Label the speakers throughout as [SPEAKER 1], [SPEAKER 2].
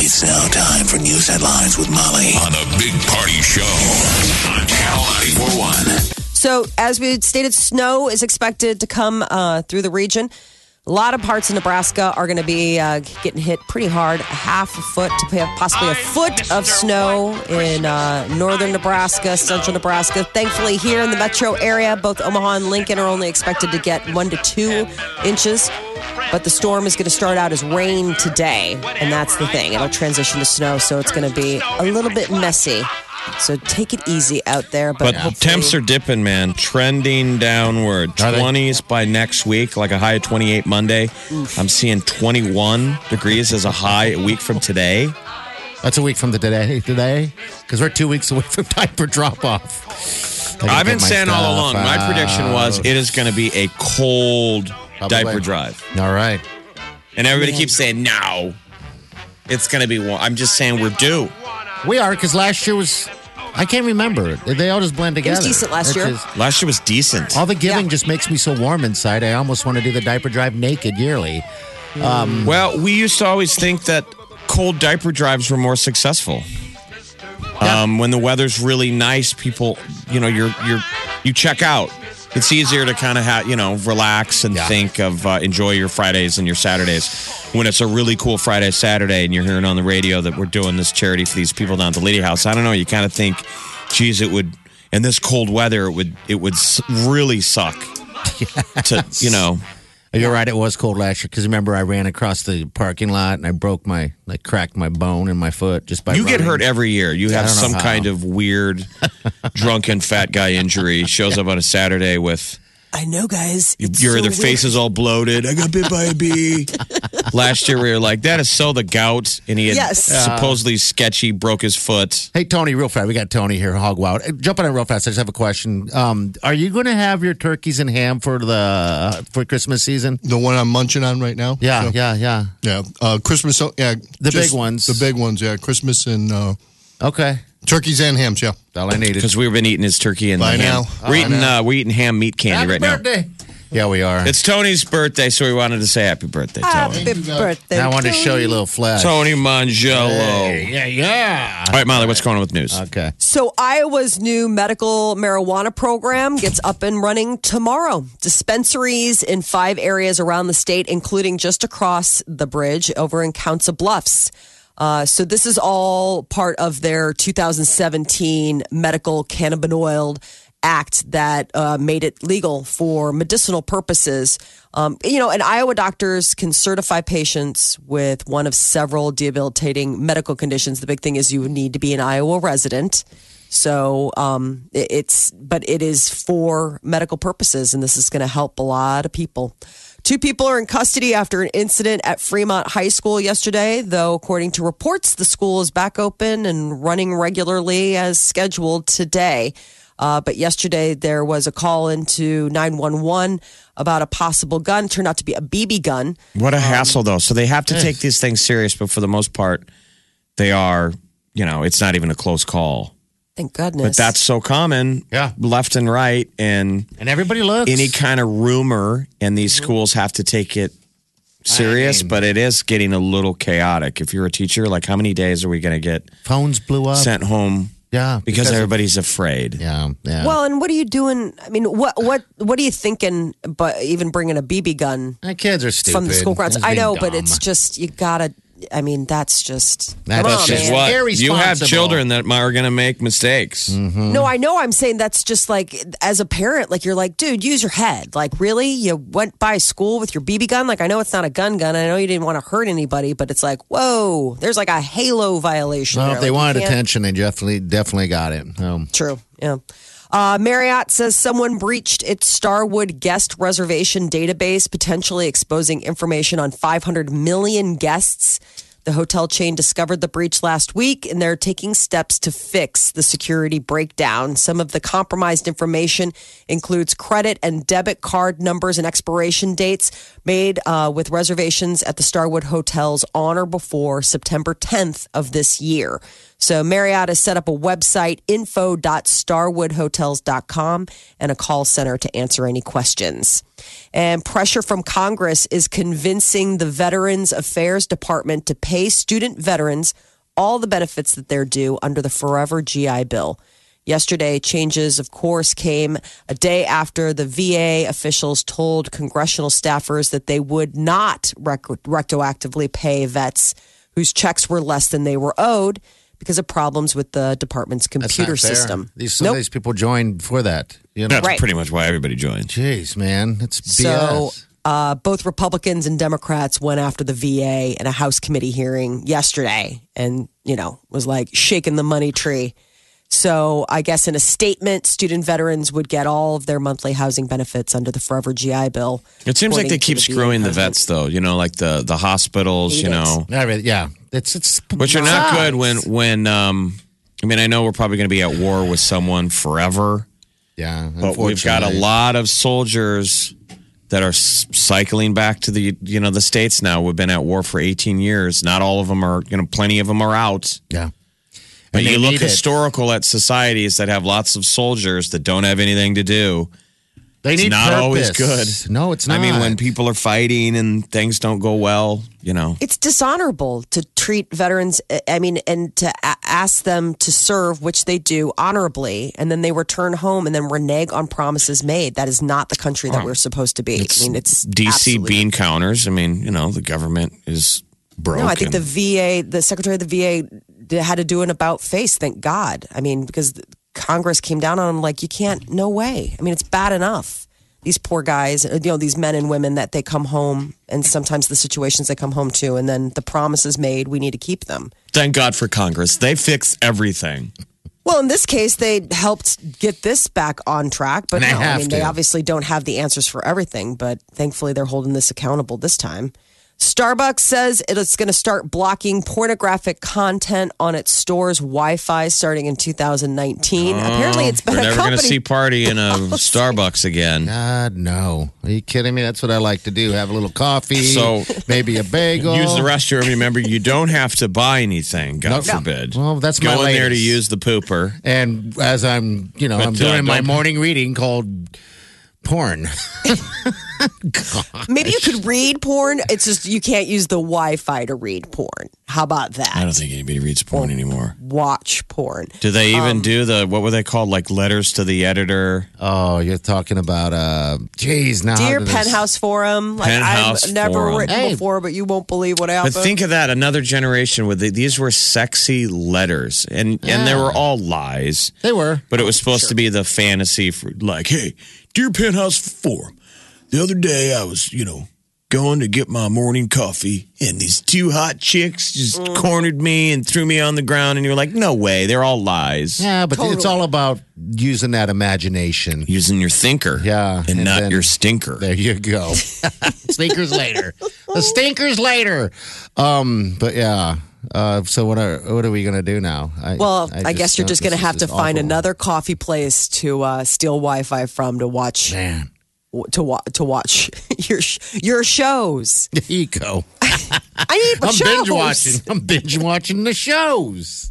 [SPEAKER 1] It's now time for news headlines with Molly on a big party show on Channel 941.
[SPEAKER 2] So, as we stated, snow is expected to come uh, through the region. A lot of parts of Nebraska are going to be uh, getting hit pretty hard. Half a foot to possibly a foot of snow in uh, northern Nebraska, central Nebraska. Thankfully, here in the metro area, both Omaha and Lincoln are only expected to get one to two inches. But the storm is going to start out as rain today, and that's the thing. It'll transition to snow, so it's going to be a little bit messy. So take it easy out there. But,
[SPEAKER 3] But
[SPEAKER 2] hopefully-
[SPEAKER 3] temps are dipping, man. Trending downward.
[SPEAKER 4] Are they?
[SPEAKER 3] 20s by next week, like a high of 28 Monday. I'm seeing 21 degrees as a high a week from today.
[SPEAKER 4] That's a week from the today, today, because we're two weeks away from time for drop off.
[SPEAKER 3] I've been saying all along, my prediction was it is going to be a cold diaper drive.
[SPEAKER 4] All right.
[SPEAKER 3] And everybody keeps saying, no, it's going to be warm. I'm just saying we're due.
[SPEAKER 4] We are, because last year was, I can't remember. They all just blend together.
[SPEAKER 2] decent last
[SPEAKER 4] It's
[SPEAKER 2] year.
[SPEAKER 4] just-
[SPEAKER 3] Last year was decent.
[SPEAKER 4] all the giving
[SPEAKER 2] Yeah.
[SPEAKER 4] just makes me so warm inside. I almost want to do the diaper drive naked yearly.
[SPEAKER 3] Well, we used to always think that cold diaper drives were more successful. Um, when the weather's really nice, people, you know, you're you're you check out. It's easier to kind of ha you know relax and
[SPEAKER 4] Yeah.
[SPEAKER 3] think of uh, enjoy your Fridays and your Saturdays. When it's a really cool Friday Saturday and you're hearing on the radio that we're doing this charity for these people down at the Lady House, I don't know. You kind of think, geez, it would in this cold weather, it would it would s- really suck to you know
[SPEAKER 4] You're right. It was cold last year because remember I ran across the parking lot and I broke my, like cracked my bone in my foot just by.
[SPEAKER 3] You get
[SPEAKER 4] running.
[SPEAKER 3] hurt every year. You
[SPEAKER 4] I
[SPEAKER 3] have
[SPEAKER 4] don't know
[SPEAKER 3] some
[SPEAKER 4] how.
[SPEAKER 3] kind of weird, drunken fat guy injury. Shows up on a Saturday with
[SPEAKER 2] I know, guys. It's
[SPEAKER 3] your
[SPEAKER 2] so
[SPEAKER 3] their
[SPEAKER 2] weird.
[SPEAKER 3] face is all bloated. I got bit by a bee. Last year we were like, that is so the gout, and he had
[SPEAKER 2] Yes.
[SPEAKER 3] supposedly sketchy broke his foot.
[SPEAKER 4] Hey Tony, real fast. We got Tony here. Hog wild. Uh, Jump on it real fast. I just have a question. Um, are you going to have your turkeys and ham for the uh, for Christmas season?
[SPEAKER 5] The one I'm munching on right now.
[SPEAKER 4] Yeah,
[SPEAKER 5] So,
[SPEAKER 4] yeah, yeah.
[SPEAKER 5] yeah. Uh, Christmas. oh, Yeah,
[SPEAKER 4] The big ones.
[SPEAKER 5] The big ones. Yeah, Christmas and uh,
[SPEAKER 4] Okay,
[SPEAKER 5] turkeys and hams. Yeah.
[SPEAKER 4] that's all I needed.
[SPEAKER 3] Because we've been eating his turkey and
[SPEAKER 5] By
[SPEAKER 3] the ham.
[SPEAKER 5] now.
[SPEAKER 3] We're eating uh, we're eating ham meat candy right now.
[SPEAKER 4] Yeah, we are.
[SPEAKER 3] It's Tony's birthday, so we wanted to say happy birthday, Tony.
[SPEAKER 2] Happy birthday.
[SPEAKER 4] I wanted to show you a little flash.
[SPEAKER 3] Tony Mangiello.
[SPEAKER 4] yeah, yeah.
[SPEAKER 3] All right, Molly, what's going on with news?
[SPEAKER 4] Okay.
[SPEAKER 2] So, Iowa's new medical marijuana program gets up and running tomorrow. Dispensaries in five areas around the state, including just across the bridge over in Council Bluffs. Uh, so, this is all part of their 2017 Medical Cannabinoid Act that uh, made it legal for medicinal purposes. Um, you know, and Iowa doctors can certify patients with one of several debilitating medical conditions. The big thing is you would need to be an Iowa resident. So um, it- it's, but it is for medical purposes, and this is going to help a lot of people. Two people are in custody after an incident at Fremont High School yesterday, though, according to reports, the school is back open and running regularly as scheduled today. Uh, but yesterday there was a call into 911 about a possible gun. Turned out to be a BB gun.
[SPEAKER 3] What
[SPEAKER 4] Um,
[SPEAKER 3] a hassle, though. So they have to take these things serious, but for the most part, they are, you know, it's not even a close call.
[SPEAKER 2] Thank goodness.
[SPEAKER 3] But that's so common,
[SPEAKER 4] Yeah.
[SPEAKER 3] left and right, and
[SPEAKER 4] And everybody looks.
[SPEAKER 3] any kind of rumor, and
[SPEAKER 4] Mm-hmm.
[SPEAKER 3] these schools have to take it serious. but it is getting a little chaotic. If you're a teacher, like how many days are we going to get
[SPEAKER 4] phones blew up.
[SPEAKER 3] sent home? because,
[SPEAKER 4] Yeah, Uh, because of-
[SPEAKER 3] everybody's afraid.
[SPEAKER 4] Yeah, yeah.
[SPEAKER 2] well, and what are you doing? I mean, what what what are you thinking? But even bringing a BB gun
[SPEAKER 4] My kids are stupid.
[SPEAKER 2] from the school grounds,
[SPEAKER 4] It's
[SPEAKER 2] I
[SPEAKER 4] being
[SPEAKER 2] know, but
[SPEAKER 4] dumb.
[SPEAKER 2] it's just you gotta. I mean, that's just
[SPEAKER 4] That's
[SPEAKER 2] come on,
[SPEAKER 4] just
[SPEAKER 2] man.
[SPEAKER 4] what-
[SPEAKER 3] You have
[SPEAKER 4] Oh, Irresponsible. Mm-hmm.
[SPEAKER 3] children that are going to make mistakes.
[SPEAKER 2] No, I know. I'm saying that's just like as a parent, like you're like, dude, use your head. Like, really, you went by school with your BB gun. Like, I know it's not a gun gun. I know you didn't want to hurt anybody, but it's like, whoa, there's like a halo violation.
[SPEAKER 4] Well,
[SPEAKER 2] there.
[SPEAKER 4] if they
[SPEAKER 2] Like, you
[SPEAKER 4] wanted
[SPEAKER 2] can't-
[SPEAKER 4] attention, they definitely definitely got it. Um,
[SPEAKER 2] True. Yeah. Uh, Marriott says someone breached its Starwood guest reservation database, potentially exposing information on 500 million guests. The hotel chain discovered the breach last week and they're taking steps to fix the security breakdown. Some of the compromised information includes credit and debit card numbers and expiration dates made uh, with reservations at the Starwood Hotels on or before September 10th of this year. So Marriott has set up a website, info.starwoodhotels.com, and a call center to answer any questions. And pressure from Congress is convincing the Veterans Affairs Department to pay student veterans all the benefits that they're due under the Forever GI Bill. Yesterday, changes, of course, came a day after the VA officials told congressional staffers that they would not rec- retroactively pay vets whose checks were less than they were owed because of problems with the department's
[SPEAKER 4] That's not
[SPEAKER 2] computer
[SPEAKER 4] fair.
[SPEAKER 2] system.
[SPEAKER 4] These, some of these people joined before that. You know?
[SPEAKER 3] That's
[SPEAKER 2] Right.
[SPEAKER 3] pretty much why everybody joined.
[SPEAKER 4] Jeez, man. It's BS.
[SPEAKER 2] So uh, both Republicans and Democrats went after the VA in a House committee hearing yesterday and, you know, was like shaking the money tree. So I guess in a statement, student veterans would get all of their monthly housing benefits under the Forever GI Bill.
[SPEAKER 3] It seems like they
[SPEAKER 2] according to
[SPEAKER 3] keep
[SPEAKER 2] VA
[SPEAKER 3] screwing the
[SPEAKER 2] president.
[SPEAKER 3] vets, though. You know, like the the hospitals.
[SPEAKER 2] Hate
[SPEAKER 3] you
[SPEAKER 2] it.
[SPEAKER 3] know,
[SPEAKER 4] All right, yeah. It's, it's
[SPEAKER 3] which are not good when when. Um, I mean, I know we're probably going to be at war with someone forever,
[SPEAKER 4] Yeah.
[SPEAKER 3] but we've got a
[SPEAKER 4] unfortunately.
[SPEAKER 3] lot of soldiers that are s- cycling back to the you know the states now. We've been at war for 18 years. Not all of them are. You know, plenty of them are out.
[SPEAKER 4] Yeah.
[SPEAKER 3] But
[SPEAKER 4] And they
[SPEAKER 3] you look
[SPEAKER 4] need it.
[SPEAKER 3] historical at societies that have lots of soldiers that don't have anything to do.
[SPEAKER 4] They
[SPEAKER 3] It's
[SPEAKER 4] need
[SPEAKER 3] not always
[SPEAKER 4] purpose.
[SPEAKER 3] good.
[SPEAKER 4] No, it's
[SPEAKER 3] I
[SPEAKER 4] not.
[SPEAKER 3] mean, when people are fighting and things don't go well, you know.
[SPEAKER 2] it's dishonorable to treat veterans uh, i mean and to a- ask them to serve which they do honorably and then they return home and then renege on promises made that is not the country that we're supposed to be i mean it's
[SPEAKER 3] DC
[SPEAKER 2] absolutely-
[SPEAKER 3] bean counters. I mean, you know, the government is broken.
[SPEAKER 2] no i think the va the secretary of the va d- had to do an about face thank god i mean because the- congress came down on them like you can't no way i mean it's bad enough these poor guys, uh, you know, these men and women that they come home and sometimes the situations they come home to, and then the promises made, we need to keep them.
[SPEAKER 3] Thank God for Congress. They fix everything.
[SPEAKER 2] Well, in this case, they helped get this back on track, but
[SPEAKER 4] And they
[SPEAKER 2] no, I
[SPEAKER 4] have
[SPEAKER 2] mean, they
[SPEAKER 4] to.
[SPEAKER 2] obviously don't have the answers for everything, but thankfully they're holding this accountable this time. Starbucks says it's going to start blocking pornographic content on its store's Wi Fi starting in 2019. Apparently, it's been
[SPEAKER 3] Oh, We're
[SPEAKER 2] a
[SPEAKER 3] never going to
[SPEAKER 2] company.
[SPEAKER 3] see party in a Starbucks again.
[SPEAKER 4] God, no. Are you kidding me? That's what I like to do. Have a little coffee.
[SPEAKER 3] So-
[SPEAKER 4] maybe a bagel.
[SPEAKER 3] Use the restroom. Remember, you don't have to buy anything. God
[SPEAKER 4] No.
[SPEAKER 3] forbid.
[SPEAKER 4] Well, that's
[SPEAKER 3] go
[SPEAKER 4] my
[SPEAKER 3] in there to
[SPEAKER 4] latest.
[SPEAKER 3] use the pooper.
[SPEAKER 4] And as I'm, you know,
[SPEAKER 3] But,
[SPEAKER 4] I'm
[SPEAKER 3] uh,
[SPEAKER 4] doing my
[SPEAKER 3] don't-
[SPEAKER 4] morning reading called porn.
[SPEAKER 2] Maybe you could read porn. It's just you can't use the Wi Fi to read porn. How about
[SPEAKER 3] I
[SPEAKER 2] that?
[SPEAKER 3] don't think anybody reads
[SPEAKER 4] Oh.
[SPEAKER 3] porn anymore.
[SPEAKER 2] Watch porn.
[SPEAKER 3] Do they even
[SPEAKER 2] Um,
[SPEAKER 3] do the what were they called? Like letters to the editor.
[SPEAKER 2] Uh,
[SPEAKER 4] Oh, you're talking about, uh, geez, now. how
[SPEAKER 2] Dear
[SPEAKER 4] did this-
[SPEAKER 2] Penthouse Forum, like
[SPEAKER 3] Penthouse
[SPEAKER 2] I've never
[SPEAKER 3] Forum.
[SPEAKER 2] written
[SPEAKER 4] Hey.
[SPEAKER 2] before, but you won't believe what happened.
[SPEAKER 3] But think of that, another generation with the, these were sexy letters, and and they were all lies.
[SPEAKER 4] They were.
[SPEAKER 3] But it was supposed to be the fantasy for like, hey, dear penthouse forum. The other day I was, you know, going to get my morning coffee, and these two hot chicks just cornered me and threw me on the ground, and you were like, no way, they're all lies.
[SPEAKER 4] Yeah, but it's all about using that imagination.
[SPEAKER 3] Using your thinker,
[SPEAKER 4] Yeah,
[SPEAKER 3] and,
[SPEAKER 4] and
[SPEAKER 3] not
[SPEAKER 4] then-
[SPEAKER 3] your stinker.
[SPEAKER 4] There you go. stinkers later. The stinkers later. Um, but yeah. Uh, so what are what are we gonna do now? I,
[SPEAKER 2] Well, I, guess
[SPEAKER 4] just
[SPEAKER 2] you're
[SPEAKER 4] know
[SPEAKER 2] just going to
[SPEAKER 4] this is
[SPEAKER 2] have to find
[SPEAKER 4] awful.
[SPEAKER 2] another coffee place to uh, steal Wi-Fi from to watch
[SPEAKER 4] man.
[SPEAKER 2] to wa- to watch your sh- your shows.
[SPEAKER 4] There you go.
[SPEAKER 2] I need
[SPEAKER 4] I'm
[SPEAKER 2] shows.
[SPEAKER 4] binge watching. I'm binge watching the shows.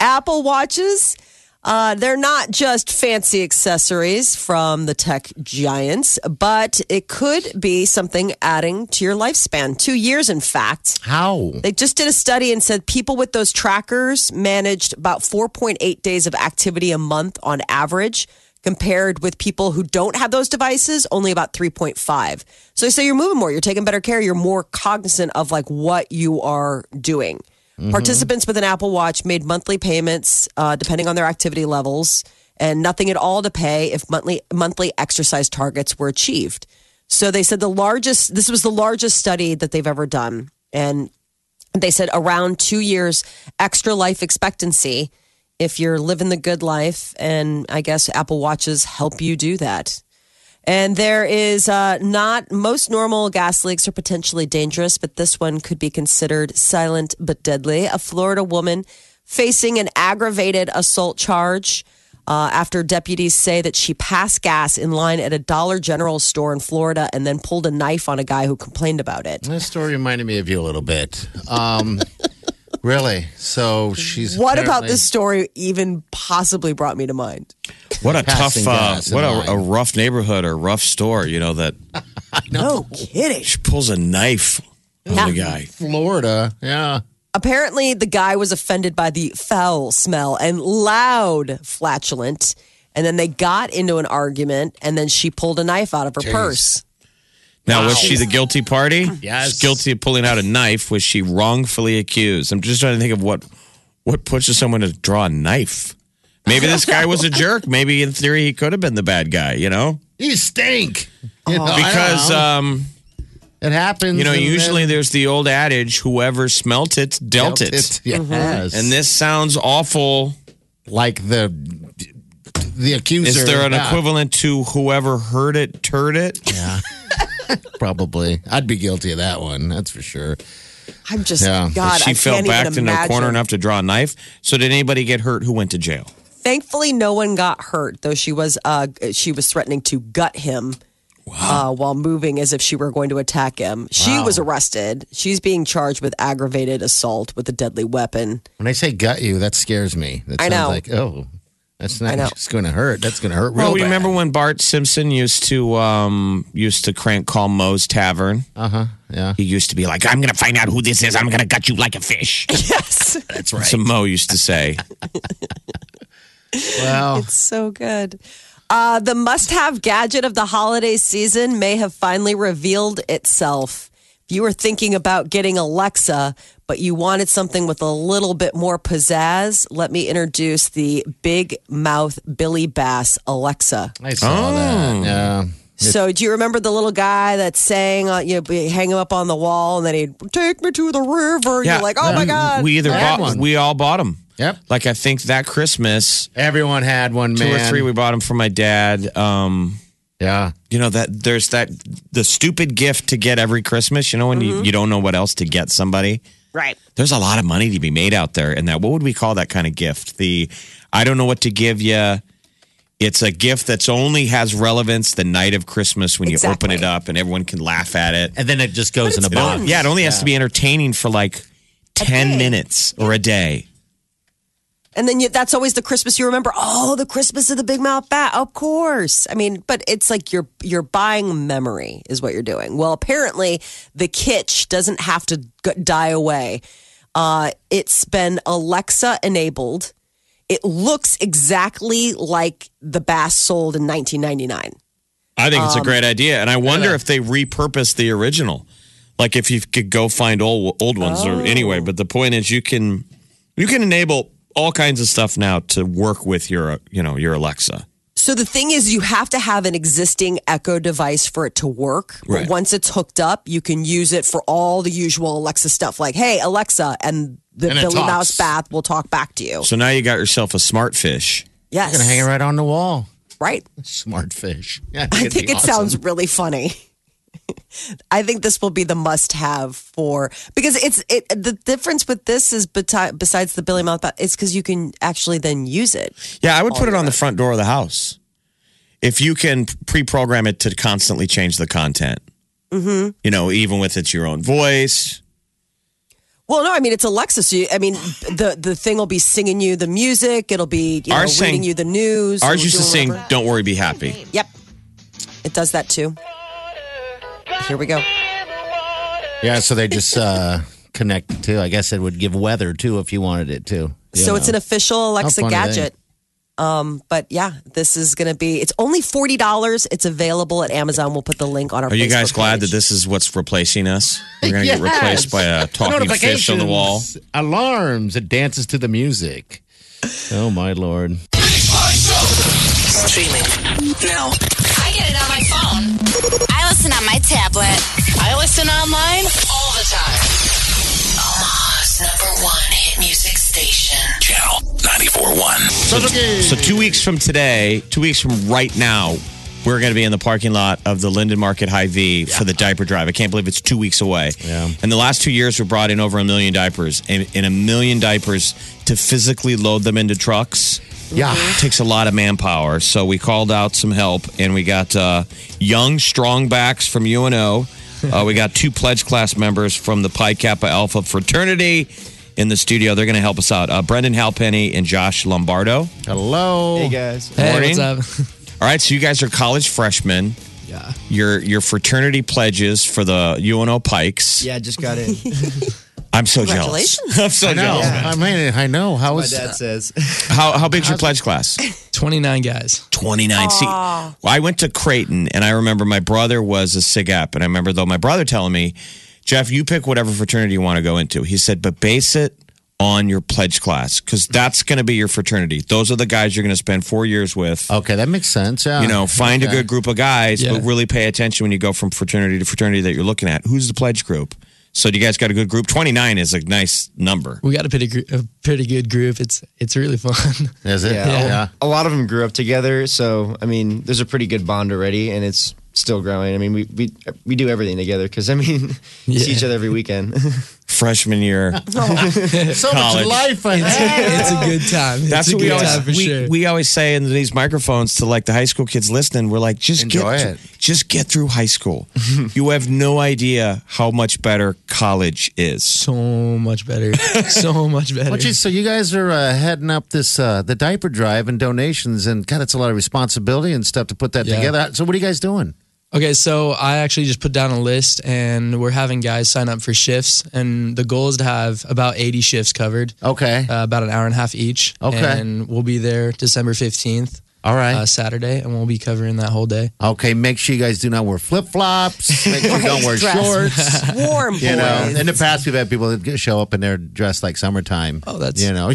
[SPEAKER 2] Apple watches. Uh, they're not just fancy accessories from the tech giants, but it could be something adding to your lifespan. Two years, in fact.
[SPEAKER 4] How?
[SPEAKER 2] They just did a study and said people with those trackers managed about 4.8 days of activity a month on average, compared with people who don't have those devices, only about 3.5. So they say you're moving more, you're taking better care, you're more cognizant of like what you are doing. Participants with an Apple Watch made monthly payments uh, depending on their activity levels, and nothing at all to pay if monthly monthly exercise targets were achieved. So they said the largest. This was the largest study that they've ever done, and they said around two years extra life expectancy if you're living the good life. And I guess Apple Watches help you do that. And there is uh, not most normal gas leaks are potentially dangerous, but this one could be considered silent but deadly. A Florida woman facing an aggravated assault charge uh, after deputies say that she passed gas in line at a Dollar General store in Florida and then pulled a knife on a guy who complained about it.
[SPEAKER 4] This story reminded me of you a little bit. Um, really? So she's.
[SPEAKER 2] What about
[SPEAKER 4] apparently-
[SPEAKER 2] this story even possibly brought me to mind?
[SPEAKER 3] What a tough,
[SPEAKER 4] Passing
[SPEAKER 3] uh,
[SPEAKER 4] gas in
[SPEAKER 3] what
[SPEAKER 4] line.
[SPEAKER 3] a, a rough neighborhood or rough store, you know, that
[SPEAKER 2] No kidding.
[SPEAKER 3] she pulls a knife on the guy.
[SPEAKER 4] Florida. Yeah.
[SPEAKER 2] Apparently, the guy was offended by the foul smell and loud flatulent. And then they got into an argument, and then she pulled a knife out of her purse.
[SPEAKER 3] Now, was she the guilty party?
[SPEAKER 4] Yes.
[SPEAKER 3] She's guilty of pulling out a knife. Was she wrongfully accused? I'm just trying to think of what what pushes someone to draw a knife. Maybe this guy was a jerk. Maybe in theory he could have been the bad guy. You know,
[SPEAKER 4] You stink.
[SPEAKER 2] Oh.
[SPEAKER 4] You know, I don't
[SPEAKER 3] because
[SPEAKER 4] know.
[SPEAKER 3] um,
[SPEAKER 4] it happens.
[SPEAKER 3] you know
[SPEAKER 4] and then-
[SPEAKER 3] usually there's the old adage: whoever smelt it dealt it.
[SPEAKER 4] Yes.
[SPEAKER 2] Mm-hmm.
[SPEAKER 3] And this sounds awful.
[SPEAKER 4] like the the accuser.
[SPEAKER 3] Is there an
[SPEAKER 4] Yeah,
[SPEAKER 3] equivalent to whoever heard it, turd it?
[SPEAKER 4] Probably. I'd be guilty of that one. That's for sure.
[SPEAKER 2] I'm just
[SPEAKER 4] Yeah, but
[SPEAKER 2] God.
[SPEAKER 3] she
[SPEAKER 2] I
[SPEAKER 3] fell
[SPEAKER 2] can't
[SPEAKER 3] back
[SPEAKER 2] even
[SPEAKER 3] into a
[SPEAKER 2] imagine.
[SPEAKER 3] corner enough to draw a knife. So did anybody get hurt who went to jail?
[SPEAKER 2] Thankfully, no one got hurt, though she was uh, she was threatening to gut him uh, while moving, as if she were going to attack him. She was arrested. She's being charged with aggravated assault with a deadly weapon.
[SPEAKER 4] When I say gut you, that scares me. That
[SPEAKER 2] I
[SPEAKER 4] sounds
[SPEAKER 2] know.
[SPEAKER 4] like, oh, that's not
[SPEAKER 2] I know.
[SPEAKER 4] just going to hurt. That's going to hurt real
[SPEAKER 3] Well,
[SPEAKER 4] bad.
[SPEAKER 3] remember when Bart Simpson used to um, used to crank call Moe's Tavern?
[SPEAKER 4] Uh-huh. Yeah.
[SPEAKER 3] He used to be like, "I'm gonna find out who this is. I'm gonna gut you like a fish."
[SPEAKER 2] Yes,
[SPEAKER 3] That's right. So Moe used to say,
[SPEAKER 4] Well,
[SPEAKER 2] so good. Uh, the must have gadget of the holiday season may have finally revealed itself. If you were thinking about getting Alexa, but you wanted something with a little bit more pizzazz, let me introduce the Big Mouth Billy Bass Alexa.
[SPEAKER 4] I saw
[SPEAKER 3] Oh.
[SPEAKER 4] that. Yeah.
[SPEAKER 2] So, do you remember the little guy that sang, uh, you know, hang him up on the wall and then he'd take me to the river?
[SPEAKER 3] Yeah. Mm.
[SPEAKER 2] You're like, oh my God.
[SPEAKER 3] "We either
[SPEAKER 4] I had
[SPEAKER 3] bought,
[SPEAKER 4] one.
[SPEAKER 3] we all bought them."
[SPEAKER 4] Yep.
[SPEAKER 3] Like I think that Christmas,
[SPEAKER 4] Everyone had one,
[SPEAKER 3] two
[SPEAKER 4] man.
[SPEAKER 3] or three, we bought them for my dad. Um,
[SPEAKER 4] Yeah.
[SPEAKER 3] you know that there's that the stupid gift to get every Christmas. You know when
[SPEAKER 2] Mm-hmm.
[SPEAKER 3] you, you don't know what else to get somebody.
[SPEAKER 2] right.
[SPEAKER 3] there's a lot of money to be made out there in that. What would we call that kind of gift? The I don't know what to give you. It's a gift that's only has relevance the night of Christmas when you open it
[SPEAKER 2] Exactly.
[SPEAKER 3] up and everyone can laugh at it.
[SPEAKER 4] And then it just goes in a
[SPEAKER 3] It only- yeah, it only has to be entertaining for like 10 minutes or a day.
[SPEAKER 2] And then you, that's always the Christmas you remember. Oh, the Christmas of the Big Mouth Bat, of course. I mean, but it's like you're you're buying memory is what you're doing. Well, apparently the kitsch doesn't have to g- die away. Uh, it's been Alexa enabled. It looks exactly like the bass sold in 1999.
[SPEAKER 3] I think it's a great idea. And I wonder if they repurpose the original. Like if you could go find old old ones or anyway, but the point is you can you can enable all kinds of stuff now to work with your you know your Alexa.
[SPEAKER 2] So the thing is, you have to have an existing Echo device for it to work. But
[SPEAKER 3] Right.
[SPEAKER 2] once it's hooked up, you can use it for all the usual Alexa stuff, like "Hey Alexa," and the
[SPEAKER 4] And it
[SPEAKER 2] Billy Mouse
[SPEAKER 4] talks.
[SPEAKER 2] bath will talk back to you.
[SPEAKER 3] So now you got yourself a smart fish.
[SPEAKER 2] Yes,
[SPEAKER 4] Gonna hang it right on the wall.
[SPEAKER 2] right.
[SPEAKER 4] Smart fish.
[SPEAKER 2] I think it sounds really funny. I think this will be the must-have for because it's it. The difference with this is beti- besides the Billy Mouth bath, it's because you can actually then use it.
[SPEAKER 3] Yeah, I would put it on the front door of the house. If you can pre-program it to constantly change the content, mm-hmm. you know, even with it's your own voice.
[SPEAKER 2] Well, no, I mean it's Alexa. So you, I mean the the thing will be singing you the music. It'll be you know,
[SPEAKER 3] Ours sang-
[SPEAKER 2] reading you the news.
[SPEAKER 3] Ours used to
[SPEAKER 2] doing
[SPEAKER 3] sing,
[SPEAKER 2] whatever.
[SPEAKER 3] "Don't worry, be happy."
[SPEAKER 2] Yep, it does that too. Here we go.
[SPEAKER 4] Yeah, so they just uh, connect too. I guess it would give weather too if you wanted it to. you
[SPEAKER 2] So it's
[SPEAKER 4] know.
[SPEAKER 2] an official Alexa
[SPEAKER 4] funny
[SPEAKER 2] gadget. Um, but yeah, this is going to be. It's only forty dollars. It's available at Amazon. We'll put the link on our.
[SPEAKER 3] Are you guys
[SPEAKER 2] Facebook
[SPEAKER 3] glad that
[SPEAKER 2] page.
[SPEAKER 3] this is what's replacing us? We're gonna get replaced by a talking fish on the wall.
[SPEAKER 4] Notifications, Alarms. It dances to the music. Oh my lord.
[SPEAKER 6] Streaming now.
[SPEAKER 7] I get it on my phone. I listen on my tablet.
[SPEAKER 6] I listen online all the time. Omaha's number one hit music station.
[SPEAKER 1] Channel 94.1.
[SPEAKER 3] So two weeks from today, two weeks from right now, We're going to be in the parking lot of the Linden Market High V for the diaper drive. I can't believe it's two weeks away.
[SPEAKER 4] Yeah.
[SPEAKER 3] And the last two years, we brought in over a million diapers, and, and a million diapers to physically load them into trucks
[SPEAKER 4] Yeah.
[SPEAKER 3] takes a lot of manpower. So we called out some help, and we got uh, young strong backs from UNO. Uh, we got two pledge class members from the Pi Kappa Alpha fraternity in the studio. They're going to help us out. Uh, Brendan Halpenny and Josh Lombardo.
[SPEAKER 4] Hello.
[SPEAKER 8] Hey guys.
[SPEAKER 3] Morning.
[SPEAKER 8] Hey, what's up?
[SPEAKER 3] All right, so you guys are college freshmen.
[SPEAKER 8] yeah.
[SPEAKER 3] Your your fraternity pledges for the UNO Pikes.
[SPEAKER 8] Yeah, just got in. That's
[SPEAKER 3] I'm so
[SPEAKER 2] Congratulations.
[SPEAKER 3] jealous. I'm so
[SPEAKER 4] I know.
[SPEAKER 3] jealous.
[SPEAKER 4] I mean, I know. How was
[SPEAKER 8] what my dad says.
[SPEAKER 3] How how big's your pledge class?
[SPEAKER 8] 29 guys.
[SPEAKER 3] 29 seat. Well, I went to Creighton and I remember my brother was a SIG app. And I remember though my brother telling me, Jeff, you pick whatever fraternity you want to go into. He said, but base it on your pledge class because that's going to be your fraternity. Those are the guys you're going to spend four years with.
[SPEAKER 4] Okay, that makes sense. Yeah.
[SPEAKER 3] You know, find a
[SPEAKER 4] Okay.
[SPEAKER 3] good group of guys,
[SPEAKER 8] Oh, Yeah.
[SPEAKER 3] but really pay attention when you go from fraternity to fraternity that you're looking at. Who's the pledge group? So, do you guys got a good group? 29 is a nice number.
[SPEAKER 8] We got a pretty, gr- a pretty good group. It's it's really fun.
[SPEAKER 4] Is it?
[SPEAKER 9] Yeah.
[SPEAKER 4] yeah.
[SPEAKER 9] A lot of them grew up together, so I mean, there's a pretty good bond already, and it's still growing. I mean, we we, we do everything together because I mean, we see
[SPEAKER 8] Yeah.
[SPEAKER 9] each other every weekend.
[SPEAKER 3] Freshman year.
[SPEAKER 4] So
[SPEAKER 3] College.
[SPEAKER 4] much life ahead.
[SPEAKER 8] it's a good time.
[SPEAKER 3] That's
[SPEAKER 8] it's a
[SPEAKER 3] what
[SPEAKER 8] good
[SPEAKER 3] we always
[SPEAKER 8] time for
[SPEAKER 3] we,
[SPEAKER 8] sure.
[SPEAKER 3] we always say in these microphones to like the high school kids listening. We're like, just
[SPEAKER 4] Enjoy
[SPEAKER 3] get
[SPEAKER 4] it.
[SPEAKER 3] just get through high school. you have no idea how much better college is.
[SPEAKER 8] so much better. so much better.
[SPEAKER 4] Well, geez, so you guys are uh, heading up this uh, the diaper drive and donations, and God, it's a lot of responsibility and stuff to put that
[SPEAKER 8] Yeah.
[SPEAKER 4] together. So, what are you guys doing?
[SPEAKER 8] Okay, so I actually just put down a list and we're having guys sign up for shifts. And the goal is to have about 80 shifts covered,
[SPEAKER 4] Okay,
[SPEAKER 8] uh, about an hour and a half each.
[SPEAKER 4] Okay.
[SPEAKER 8] And we'll be there December 15th,
[SPEAKER 4] all right,
[SPEAKER 8] uh, Saturday, and we'll be covering that whole day.
[SPEAKER 4] okay. Make sure you guys do not wear flip flops. Make sure you don't wear
[SPEAKER 2] Dress.
[SPEAKER 4] shorts.
[SPEAKER 2] Warm boys.
[SPEAKER 4] You know, in the past we've had people that get- show up and they're dressed like summertime.
[SPEAKER 8] Oh, that's-
[SPEAKER 4] you know.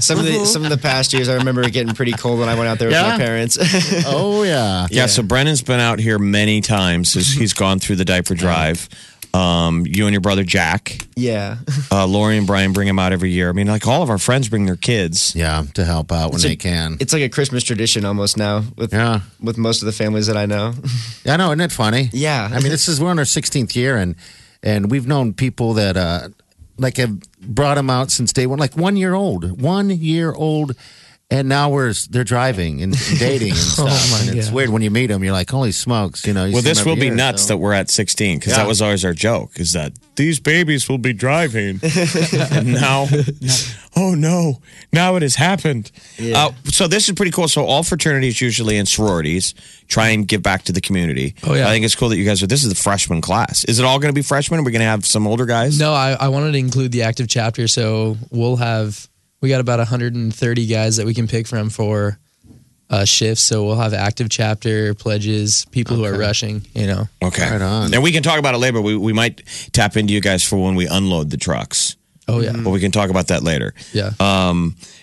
[SPEAKER 9] some of the some of the past years, I remember it getting pretty cold when I went out there
[SPEAKER 4] Yeah?
[SPEAKER 9] with my parents.
[SPEAKER 4] oh yeah.
[SPEAKER 3] Yeah. so Brennan's been out here many times. He's, he's gone through the diaper drive. Um, you and your brother Jack,
[SPEAKER 9] yeah,
[SPEAKER 3] uh, Lori and Brian bring him out every year. I mean, like all of our friends bring their kids.
[SPEAKER 4] Yeah, to help out when
[SPEAKER 9] It's a-
[SPEAKER 4] they can.
[SPEAKER 9] it's like a Christmas tradition almost now with
[SPEAKER 4] Yeah.
[SPEAKER 9] with most of the families that I know.
[SPEAKER 4] I know, isn't it funny?
[SPEAKER 9] Yeah.
[SPEAKER 4] I mean, this is we're on our 16th year, and and we've known people that uh, like have brought them out since day one, like one year old, one year old, and now we're they're driving and, and dating and stuff.
[SPEAKER 8] my
[SPEAKER 4] and it's
[SPEAKER 8] God.
[SPEAKER 4] weird when you meet them, you're like, holy smokes, you know. you
[SPEAKER 3] Well,
[SPEAKER 4] see 'em
[SPEAKER 3] this
[SPEAKER 4] every
[SPEAKER 3] will be
[SPEAKER 4] year,
[SPEAKER 3] nuts
[SPEAKER 4] so.
[SPEAKER 3] that we're at 16 because that
[SPEAKER 4] Yeah.
[SPEAKER 3] was always our joke is that these babies will be driving. and now, oh no, now it has happened. Uh, so, this is pretty cool. So, all fraternities usually and sororities try and give back to the community.
[SPEAKER 8] Oh, yeah.
[SPEAKER 3] I think it's cool that you guys are. This is the freshman class. Is it all going to be freshmen? Are we going to have some older guys?
[SPEAKER 8] No, I, I wanted to include the active chapter, so we'll have we got about 130 guys that we can pick from for uh, shifts. So we'll have active chapter pledges, people who are rushing. You know,
[SPEAKER 3] Okay.
[SPEAKER 4] Right on.
[SPEAKER 3] And we can talk about it later. We, we might tap into you guys for when we unload the trucks,
[SPEAKER 8] oh yeah,
[SPEAKER 3] but we can talk about that later.
[SPEAKER 8] yeah.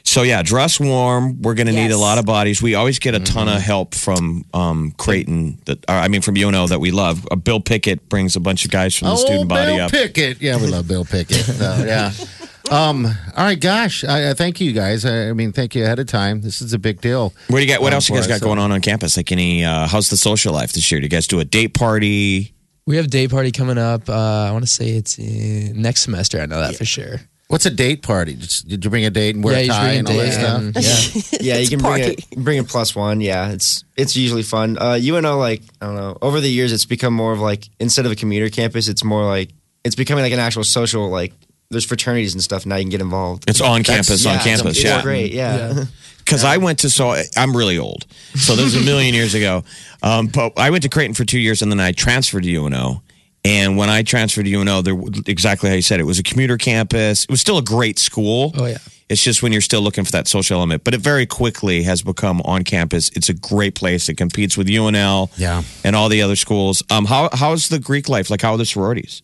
[SPEAKER 3] So yeah, dress warm. We're going to need a
[SPEAKER 2] Yes.
[SPEAKER 3] lot of bodies. We always get a ton
[SPEAKER 9] Mm-hmm.
[SPEAKER 3] of help from um, Creighton. That or, I mean, from UNO that we love. Uh, Bill Pickett brings a bunch of guys from the
[SPEAKER 4] Oh,
[SPEAKER 3] student body
[SPEAKER 4] Bill
[SPEAKER 3] up.
[SPEAKER 4] Pickett. Yeah, we love Bill Pickett. So, yeah. Um, all right, gosh. I, I thank you guys. I, I mean, thank you ahead of time. This is a big deal.
[SPEAKER 3] What do you got? What
[SPEAKER 4] Um,
[SPEAKER 3] else you guys
[SPEAKER 4] for
[SPEAKER 3] got
[SPEAKER 4] us,
[SPEAKER 3] going on on campus? Like any? Uh, how's the social life this year? Do you guys do a date party?
[SPEAKER 8] we have day party coming up. Uh, I want to say it's in next semester. I know that for sure.
[SPEAKER 4] What's a date party? Just- Did you bring a date and wear a
[SPEAKER 8] you
[SPEAKER 4] tie
[SPEAKER 8] should
[SPEAKER 4] and all
[SPEAKER 8] bring a
[SPEAKER 4] that
[SPEAKER 8] date um,
[SPEAKER 4] stuff?
[SPEAKER 8] and- yeah.
[SPEAKER 9] yeah, you
[SPEAKER 2] It's
[SPEAKER 9] can bring
[SPEAKER 2] party.
[SPEAKER 9] a, bring a plus one. Yeah, it's it's usually fun. Uh, UNO, like I don't know, over the years, it's become more of like instead of a commuter campus, it's more like it's becoming like an actual social. Like there's fraternities and stuff now you can get involved.
[SPEAKER 3] It's on campus. on
[SPEAKER 9] yeah, it's-
[SPEAKER 3] campus.
[SPEAKER 9] it's
[SPEAKER 3] yeah.
[SPEAKER 9] great. Yeah,
[SPEAKER 8] Yeah.
[SPEAKER 3] Because I went to so I'm really old, so this is a million years ago. Um, but I went to Creighton for two years, and then I transferred to UNO. And when I transferred to UNO, there exactly how you said it was a commuter campus. It was still a great school.
[SPEAKER 8] Oh, yeah.
[SPEAKER 3] It's just when you're still looking for that social element, but it very quickly has become on campus. It's a great place. It competes with UNL,
[SPEAKER 4] Yeah.
[SPEAKER 3] and all the other schools. Um, how how's the Greek life? Like how are the sororities?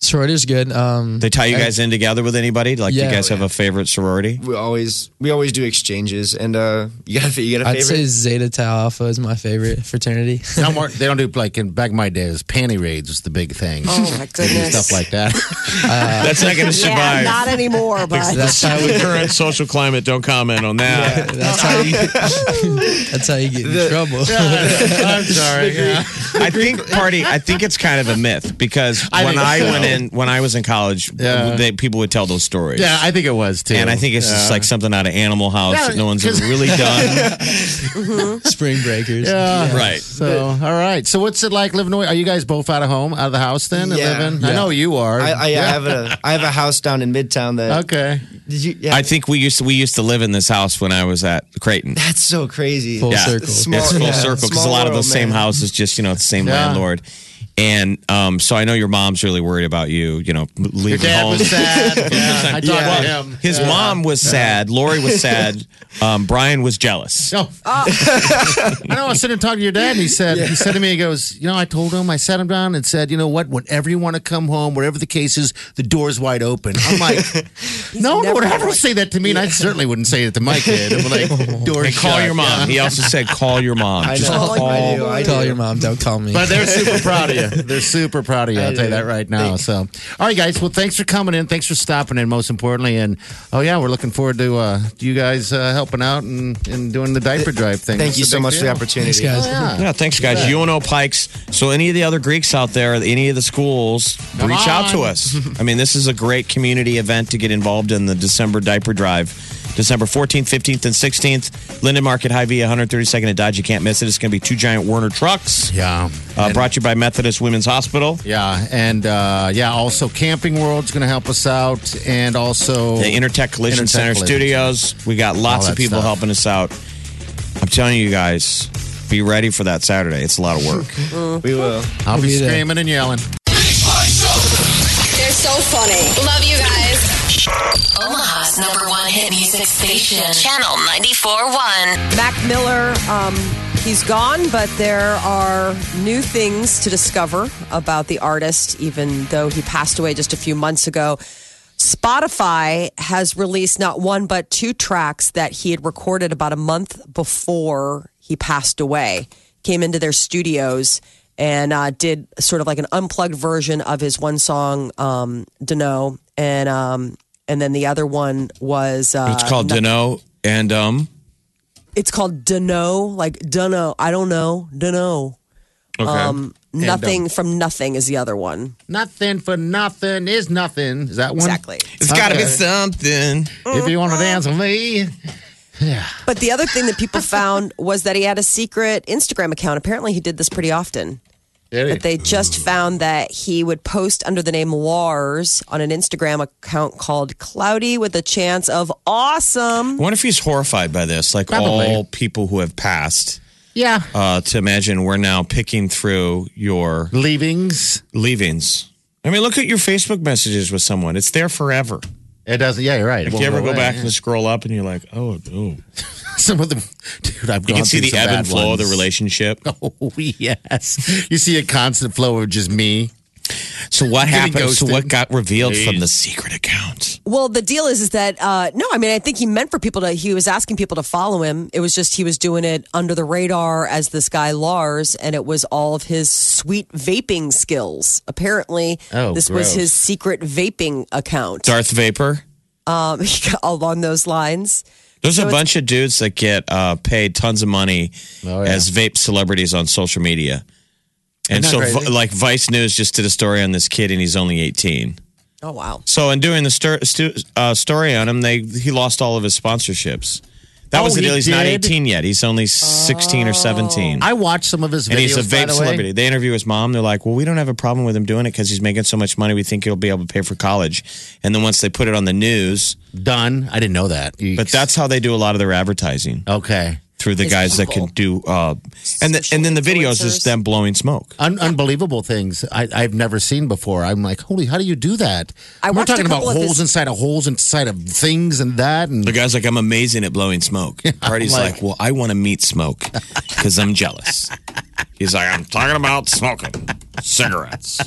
[SPEAKER 8] Sorority's good. Um,
[SPEAKER 3] They tie you guys in together with anybody? Like, do
[SPEAKER 8] Yeah.
[SPEAKER 3] you guys have a favorite sorority?
[SPEAKER 9] We always we always do exchanges, and uh, you got to you got a
[SPEAKER 8] I'd say
[SPEAKER 9] favorite.
[SPEAKER 8] Zeta Tau Alpha is my favorite fraternity.
[SPEAKER 4] No more. They don't do like in back in my days. Panty raids was the big thing.
[SPEAKER 2] Oh, my
[SPEAKER 4] They do
[SPEAKER 2] goodness.
[SPEAKER 4] Stuff like that.
[SPEAKER 8] Uh,
[SPEAKER 3] That's not going to
[SPEAKER 2] Yeah,
[SPEAKER 3] survive.
[SPEAKER 2] not anymore, but
[SPEAKER 8] That's how
[SPEAKER 3] the
[SPEAKER 8] we.
[SPEAKER 3] current social climate, don't comment on that.
[SPEAKER 8] That's how you. that's how you get in trouble.
[SPEAKER 4] I'm sorry. yeah.
[SPEAKER 3] I think party. I think it's kind of a myth because
[SPEAKER 4] I
[SPEAKER 3] when
[SPEAKER 4] think
[SPEAKER 3] I
[SPEAKER 4] so.
[SPEAKER 3] went in, when I was in college,
[SPEAKER 4] Yeah.
[SPEAKER 3] they, people would tell those stories.
[SPEAKER 4] Yeah, I think it was too.
[SPEAKER 3] and I think it's just like something out of Animal House
[SPEAKER 4] Yeah,
[SPEAKER 3] that no one's
[SPEAKER 4] 'cause-
[SPEAKER 3] ever really done.
[SPEAKER 8] Spring Breakers.
[SPEAKER 4] Yeah.
[SPEAKER 3] Right.
[SPEAKER 4] So, all right. So, what's it like living away? Are you guys both out of home, out of the house then? and
[SPEAKER 9] Yeah.
[SPEAKER 4] living? I
[SPEAKER 8] Yeah.
[SPEAKER 4] know you are.
[SPEAKER 9] I, I, I have a I have a house down in Midtown that
[SPEAKER 4] okay.
[SPEAKER 9] did you yeah
[SPEAKER 3] I think we used to we used to live in this house when I was at Creighton.
[SPEAKER 9] that's so crazy
[SPEAKER 8] Full
[SPEAKER 3] Yeah.
[SPEAKER 8] circle.
[SPEAKER 9] Small-
[SPEAKER 3] it's full
[SPEAKER 9] yeah,
[SPEAKER 3] circle because a
[SPEAKER 9] small
[SPEAKER 3] lot of
[SPEAKER 9] world,
[SPEAKER 3] those same
[SPEAKER 9] man.
[SPEAKER 3] houses just you know it's the same
[SPEAKER 4] Yeah.
[SPEAKER 3] landlord. And um, so I know your mom's really worried about you. You know, leaving
[SPEAKER 4] Your dad
[SPEAKER 3] home.
[SPEAKER 4] was sad. yeah. I talked to him.
[SPEAKER 3] His
[SPEAKER 4] Yeah.
[SPEAKER 3] mom was sad. Lori was sad. Um, Brian was jealous.
[SPEAKER 4] No. I know. I sit and talk to your dad, and he said, he said to me, he goes, you know, I told him, I sat him down and said, you know what? Whenever you want to come home, whatever the case is, the door's wide open. I'm like, no one
[SPEAKER 2] never
[SPEAKER 4] would ever
[SPEAKER 2] right.
[SPEAKER 4] say that to me, and I certainly wouldn't say it to my kid. I'm like, door's
[SPEAKER 3] And call
[SPEAKER 4] shut."
[SPEAKER 3] your mom. He also said, call your mom.
[SPEAKER 9] I
[SPEAKER 3] Just
[SPEAKER 9] know.
[SPEAKER 3] call.
[SPEAKER 9] I do, I do.
[SPEAKER 8] Call your mom. Don't call me.
[SPEAKER 4] But they're super proud of you. They're super proud of you. I'll tell you that right now. So, all right, guys. Well, thanks for coming in. Thanks for stopping in. Most importantly, and oh yeah, we're looking forward to uh, you guys uh, helping out and, and doing the diaper drive thing.
[SPEAKER 9] thank you
[SPEAKER 4] It's a
[SPEAKER 9] so
[SPEAKER 4] big
[SPEAKER 9] much for the
[SPEAKER 4] deal.
[SPEAKER 9] opportunity
[SPEAKER 8] Thanks, guys.
[SPEAKER 4] Yeah.
[SPEAKER 3] Yeah, thanks, guys. UNO Pikes. So, any of the other Greeks out there, any of the schools,
[SPEAKER 4] Come
[SPEAKER 3] reach out to
[SPEAKER 4] on.
[SPEAKER 3] us. I mean, this is a great community event to get involved in the December diaper drive. December 14th, 15th, and 16th. Linden Market High V, 132nd and Dodge. You can't miss it. It's going to be two giant Werner trucks.
[SPEAKER 4] Yeah.
[SPEAKER 3] Uh, brought to you by Methodist Women's Hospital.
[SPEAKER 4] Yeah, and uh, yeah, also Camping World's going to help us out, and also
[SPEAKER 3] the Intertech Collision
[SPEAKER 4] Intertech
[SPEAKER 3] Center
[SPEAKER 4] Collision
[SPEAKER 3] Studios. We got lots
[SPEAKER 4] All
[SPEAKER 3] of
[SPEAKER 4] that
[SPEAKER 3] people
[SPEAKER 4] stuff.
[SPEAKER 3] helping us out. I'm telling you guys, be ready for that Saturday. It's a lot of work.
[SPEAKER 9] we
[SPEAKER 4] I'll
[SPEAKER 9] will
[SPEAKER 4] be
[SPEAKER 8] We'll be there.
[SPEAKER 4] screaming and yelling.
[SPEAKER 6] They're so funny.
[SPEAKER 7] Love you guys.
[SPEAKER 6] Omaha's number one hit music station.
[SPEAKER 7] Channel 94.1.
[SPEAKER 2] Mac Miller, um, he's gone, but there are new things to discover about the artist, even though he passed away just a few months ago. Spotify has released not one, but two tracks that he had recorded about a month before he passed away. Came into their studios and uh, did sort of like an unplugged version of his one song, um, Dunno. And, um, and then the other one was. Uh,
[SPEAKER 3] It's called Dano and um.
[SPEAKER 2] it's called dunno like dunno i don't know dunno
[SPEAKER 3] Okay.
[SPEAKER 2] um nothing from nothing is the other one
[SPEAKER 4] Nothing for nothing is nothing. Is that one?
[SPEAKER 2] exactly
[SPEAKER 3] it's got to be something.
[SPEAKER 4] If you want
[SPEAKER 9] Mm-hmm.
[SPEAKER 4] to dance with me,
[SPEAKER 2] but the other thing that people found was that he had a secret instagram account apparently he did this pretty often
[SPEAKER 4] Did
[SPEAKER 2] but they just found that he would post under the name lars on an instagram account called cloudy with a chance of awesome
[SPEAKER 3] I wonder if he's horrified by this, like
[SPEAKER 4] Probably.
[SPEAKER 3] all people who have passed.
[SPEAKER 4] he? yeah,
[SPEAKER 3] Uh, to imagine we're now picking through your
[SPEAKER 4] leavings.
[SPEAKER 3] leavings. I mean, look at your Facebook messages with someone. It's there forever.
[SPEAKER 4] It doesn't. Yeah, you're right. It
[SPEAKER 3] If
[SPEAKER 4] won't
[SPEAKER 3] you ever go
[SPEAKER 4] away.
[SPEAKER 3] back and scroll up, and you're like, oh, oh.
[SPEAKER 4] some of them, dude, I've
[SPEAKER 3] you
[SPEAKER 4] gone
[SPEAKER 3] can see
[SPEAKER 4] through
[SPEAKER 3] the
[SPEAKER 4] some
[SPEAKER 3] ebb and
[SPEAKER 4] bad
[SPEAKER 3] flow of the
[SPEAKER 4] ones.
[SPEAKER 3] relationship.
[SPEAKER 4] Oh yes, you see a constant flow of just me.
[SPEAKER 3] So what
[SPEAKER 4] Getting
[SPEAKER 3] happened? So
[SPEAKER 4] ghosted.
[SPEAKER 3] what got revealed from the secret account?
[SPEAKER 2] Well, the deal is, is that uh, no, I mean, I think he meant for people to. He was asking people to follow him. It was just he was doing it under the radar as this guy Lars, and it was all of his sweet vaping skills. Apparently,
[SPEAKER 4] Oh,
[SPEAKER 2] this was
[SPEAKER 4] gross.
[SPEAKER 2] his secret vaping account
[SPEAKER 3] Darth Vapor.
[SPEAKER 2] um, along those lines.
[SPEAKER 3] There's a bunch of dudes that get uh, paid tons of money
[SPEAKER 4] Oh, yeah.
[SPEAKER 3] as vape celebrities on social media. And so,
[SPEAKER 4] Isn't that
[SPEAKER 3] vi-
[SPEAKER 4] crazy?
[SPEAKER 3] like Vice News just did a story on this kid, and he's only 18.
[SPEAKER 2] Oh wow!
[SPEAKER 3] So, in doing the stir, stu- uh, story on him, they he lost all of his sponsorships. That
[SPEAKER 4] Oh,
[SPEAKER 3] was the
[SPEAKER 4] he
[SPEAKER 3] deal. He's not
[SPEAKER 4] did?
[SPEAKER 3] 18 yet. He's only 16 or 17.
[SPEAKER 4] I watched some of his videos.
[SPEAKER 3] and he's a
[SPEAKER 4] by
[SPEAKER 3] vape
[SPEAKER 4] the way.
[SPEAKER 3] celebrity. They interview his mom. They're like, "Well, we don't have a problem with him doing it because he's making so much money. We think he'll be able to pay for college." And then once they put it on the news,
[SPEAKER 4] Done. I didn't know that. Yeeks.
[SPEAKER 3] but that's how they do a lot of their advertising
[SPEAKER 4] okay.
[SPEAKER 3] through the
[SPEAKER 2] It's
[SPEAKER 3] guys that
[SPEAKER 2] people.
[SPEAKER 3] can do. Uh, and the, and then the videos is
[SPEAKER 2] influencers.
[SPEAKER 3] them blowing smoke.
[SPEAKER 4] Un- unbelievable things I- I've never seen before. I'm like, holy, how do you do that?
[SPEAKER 2] I
[SPEAKER 4] We're
[SPEAKER 2] watched a
[SPEAKER 4] talking about
[SPEAKER 2] couple of
[SPEAKER 4] holes
[SPEAKER 2] his-
[SPEAKER 4] inside of holes inside of things and that. And
[SPEAKER 3] The guy's like, "I'm amazing at blowing smoke." Party's like,
[SPEAKER 4] like-
[SPEAKER 3] "Well, I want to meet smoke because I'm jealous." He's like, "I'm talking about smoking cigarettes."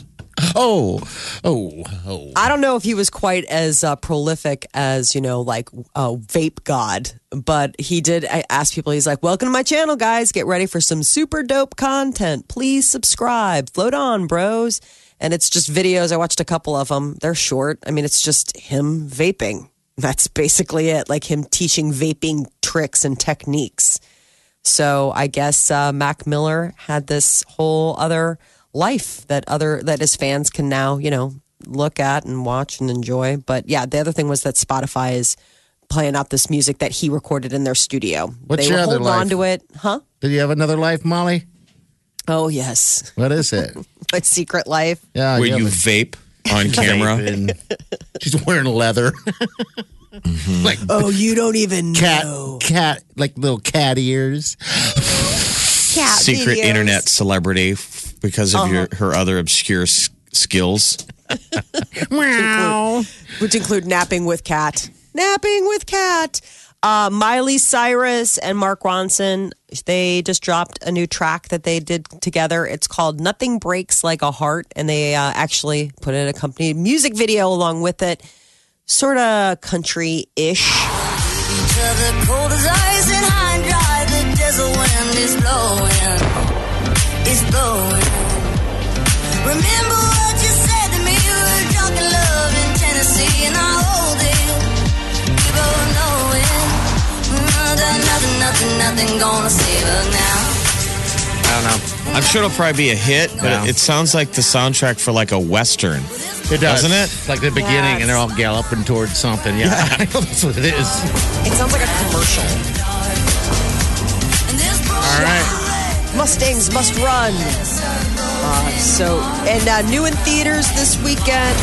[SPEAKER 4] Oh, oh, oh.
[SPEAKER 2] I don't know if he was quite as uh, prolific as you know, like uh, Vape God, but he did. I asked people. He's like, "Welcome to my channel, guys. Get ready for some super dope content. Please subscribe. Float on, bros." And it's just videos. I watched a couple of them. They're short. I mean, it's just him vaping. That's basically it. Like him teaching vaping tricks and techniques. So I guess uh, Mac Miller had this whole other life that other that his fans can now you know look at and watch and enjoy. But yeah, the other thing was that Spotify is playing out this music that he recorded in their studio.
[SPEAKER 4] What's
[SPEAKER 2] they
[SPEAKER 4] your
[SPEAKER 2] were
[SPEAKER 4] other
[SPEAKER 2] holding on
[SPEAKER 4] life?
[SPEAKER 2] to it, huh?
[SPEAKER 4] Did you have another life, Molly?
[SPEAKER 2] Oh yes,
[SPEAKER 4] What is it?
[SPEAKER 2] my secret life.
[SPEAKER 4] Oh, Yeah,
[SPEAKER 3] Where you
[SPEAKER 4] have
[SPEAKER 3] vape on camera.
[SPEAKER 4] a- She's wearing leather. like
[SPEAKER 2] Oh, you don't even
[SPEAKER 4] cat,
[SPEAKER 2] know.
[SPEAKER 4] cat, like little cat ears.
[SPEAKER 2] Cat
[SPEAKER 3] Secret
[SPEAKER 2] videos.
[SPEAKER 3] internet celebrity f- because of your her other obscure s- skills.
[SPEAKER 4] Meow.
[SPEAKER 2] which include napping with cat, napping with cat. Uh, Miley Cyrus and Mark Ronson, they just dropped a new track that they did together. It's called Nothing Breaks Like a Heart, and they uh, actually put an accompanied music video along with it. Sort of country ish.
[SPEAKER 6] The cold as ice and high and dry. The desert wind is blowing. It's blowing. Remember what you said to me. We were drunk in love in Tennessee, and I hold it. We both know it. Nothing, nothing, nothing, nothing gonna save us now.
[SPEAKER 3] I'm sure it'll probably be a hit, but
[SPEAKER 4] Yeah.
[SPEAKER 3] it, it sounds like the soundtrack for like a western.
[SPEAKER 4] It does.
[SPEAKER 3] Doesn't it?
[SPEAKER 4] Like the beginning, and they're all galloping towards something. Yeah, I know that's what it is.
[SPEAKER 2] It sounds like a commercial.
[SPEAKER 6] And this
[SPEAKER 4] All
[SPEAKER 6] broken
[SPEAKER 4] right.
[SPEAKER 2] Mustangs must run. Uh, so, and uh, new in theaters this weekend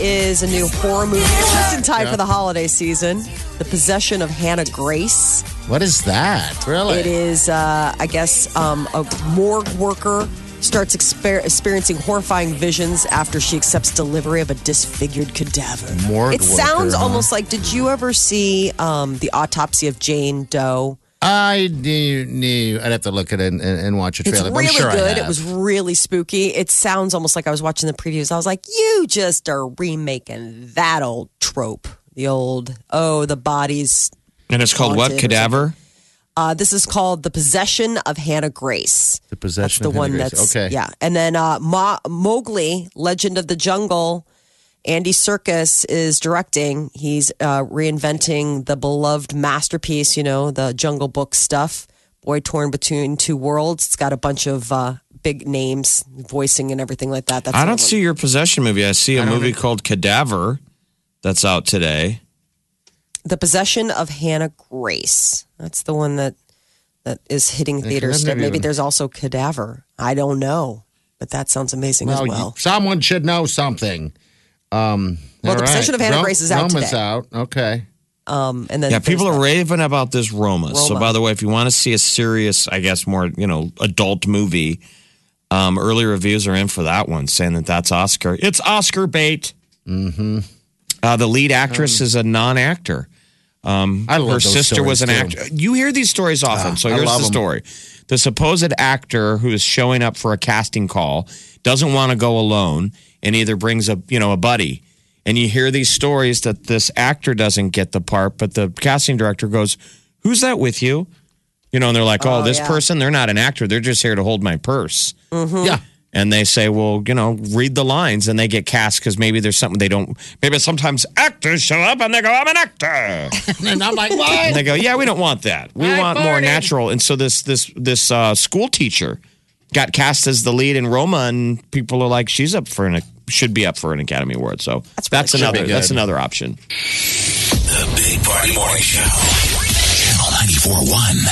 [SPEAKER 2] is a new horror movie just in time for the holiday season The Possession of Hannah Grace.
[SPEAKER 4] What is that? Really?
[SPEAKER 2] It is, uh, I guess, um, a morgue worker starts exper- experiencing horrifying visions after she accepts delivery of a disfigured cadaver.
[SPEAKER 4] Morgue
[SPEAKER 2] it sounds
[SPEAKER 4] worker, huh?
[SPEAKER 2] almost like, did you ever see um, The Autopsy of Jane Doe?
[SPEAKER 4] I knew, knew. I'd have to look at it and, and, and watch a
[SPEAKER 2] It's
[SPEAKER 4] trailer. but
[SPEAKER 2] really
[SPEAKER 4] I'm sure I
[SPEAKER 2] good. It
[SPEAKER 4] have.
[SPEAKER 2] was really spooky. It sounds almost like I was watching the previews. I was like, you just are remaking that old trope. The old, oh, the bodies.
[SPEAKER 3] And it's called what?
[SPEAKER 2] Haunted or
[SPEAKER 3] Cadaver?
[SPEAKER 2] Uh, this is called The Possession of Hannah Grace.
[SPEAKER 4] the
[SPEAKER 2] That's
[SPEAKER 4] possession.
[SPEAKER 2] the
[SPEAKER 4] of Henry
[SPEAKER 2] one
[SPEAKER 4] Grace.
[SPEAKER 2] that's.
[SPEAKER 4] okay.
[SPEAKER 2] Yeah. And then uh, Ma- Mowgli, Legend of the Jungle, Andy Circus is directing. He's uh, reinventing the beloved masterpiece, you know, the Jungle Book stuff, Boy Torn Between Two Worlds. It's got a bunch of uh, big names, voicing and everything like that. That's
[SPEAKER 3] I
[SPEAKER 2] the
[SPEAKER 3] don't
[SPEAKER 2] one.
[SPEAKER 3] see your possession movie. I see a movie called Cadaver that's out today.
[SPEAKER 2] The Possession of Hannah Grace. That's the one that that is hitting theaters.
[SPEAKER 4] I've never
[SPEAKER 2] Maybe
[SPEAKER 4] even-
[SPEAKER 2] there's also Cadaver. I don't know, but that sounds amazing
[SPEAKER 4] Well,
[SPEAKER 2] as
[SPEAKER 4] Oh, you-
[SPEAKER 2] well.
[SPEAKER 4] someone should know something. Um,
[SPEAKER 2] Well,
[SPEAKER 4] all
[SPEAKER 2] The Possession of Hannah Grace is out
[SPEAKER 4] Roma's
[SPEAKER 2] today.
[SPEAKER 4] out. Okay.
[SPEAKER 2] Um, and then
[SPEAKER 3] yeah, people
[SPEAKER 2] there's
[SPEAKER 3] are raving about this Roma. So,
[SPEAKER 2] Roma.
[SPEAKER 3] by the way, if you want to see a serious, I guess, more you know, adult movie, um, early reviews are in for that one, saying that that's Oscar. It's Oscar bait. Mm-hmm. Uh, the lead actress is a non-actor.
[SPEAKER 4] I love
[SPEAKER 3] her
[SPEAKER 4] those
[SPEAKER 3] sister was an
[SPEAKER 4] stories, too. Ah,
[SPEAKER 3] actor. You hear these stories often. so
[SPEAKER 4] I
[SPEAKER 3] here's the
[SPEAKER 4] love 'em.
[SPEAKER 3] story. The supposed actor who is showing up for a casting call doesn't want to go alone and either brings a, you know, a buddy. And you hear these stories that this actor doesn't get the part, but the casting director goes, "Who's that with you?" You know, and they're like, "Oh, this
[SPEAKER 2] yeah.
[SPEAKER 3] person, they're not an actor. They're just here to hold my purse."
[SPEAKER 4] Yeah.
[SPEAKER 3] and they say, well, you know, read the lines, and they get cast because maybe there's something they don't. Maybe sometimes actors show up and they go, "I'm an actor,"
[SPEAKER 4] And I'm like,
[SPEAKER 3] and
[SPEAKER 4] what?
[SPEAKER 3] they go, "Yeah, we don't want that. We
[SPEAKER 4] I
[SPEAKER 3] want more
[SPEAKER 4] farted."
[SPEAKER 3] natural." And so this this this uh, school teacher got cast as the lead in Roma, and people are like, "She's up for an should be up for an Academy Award." So that's,
[SPEAKER 4] really cool.
[SPEAKER 3] another
[SPEAKER 4] Should be good.
[SPEAKER 3] that's another option.
[SPEAKER 1] The Big Party Morning Show. Channel 941.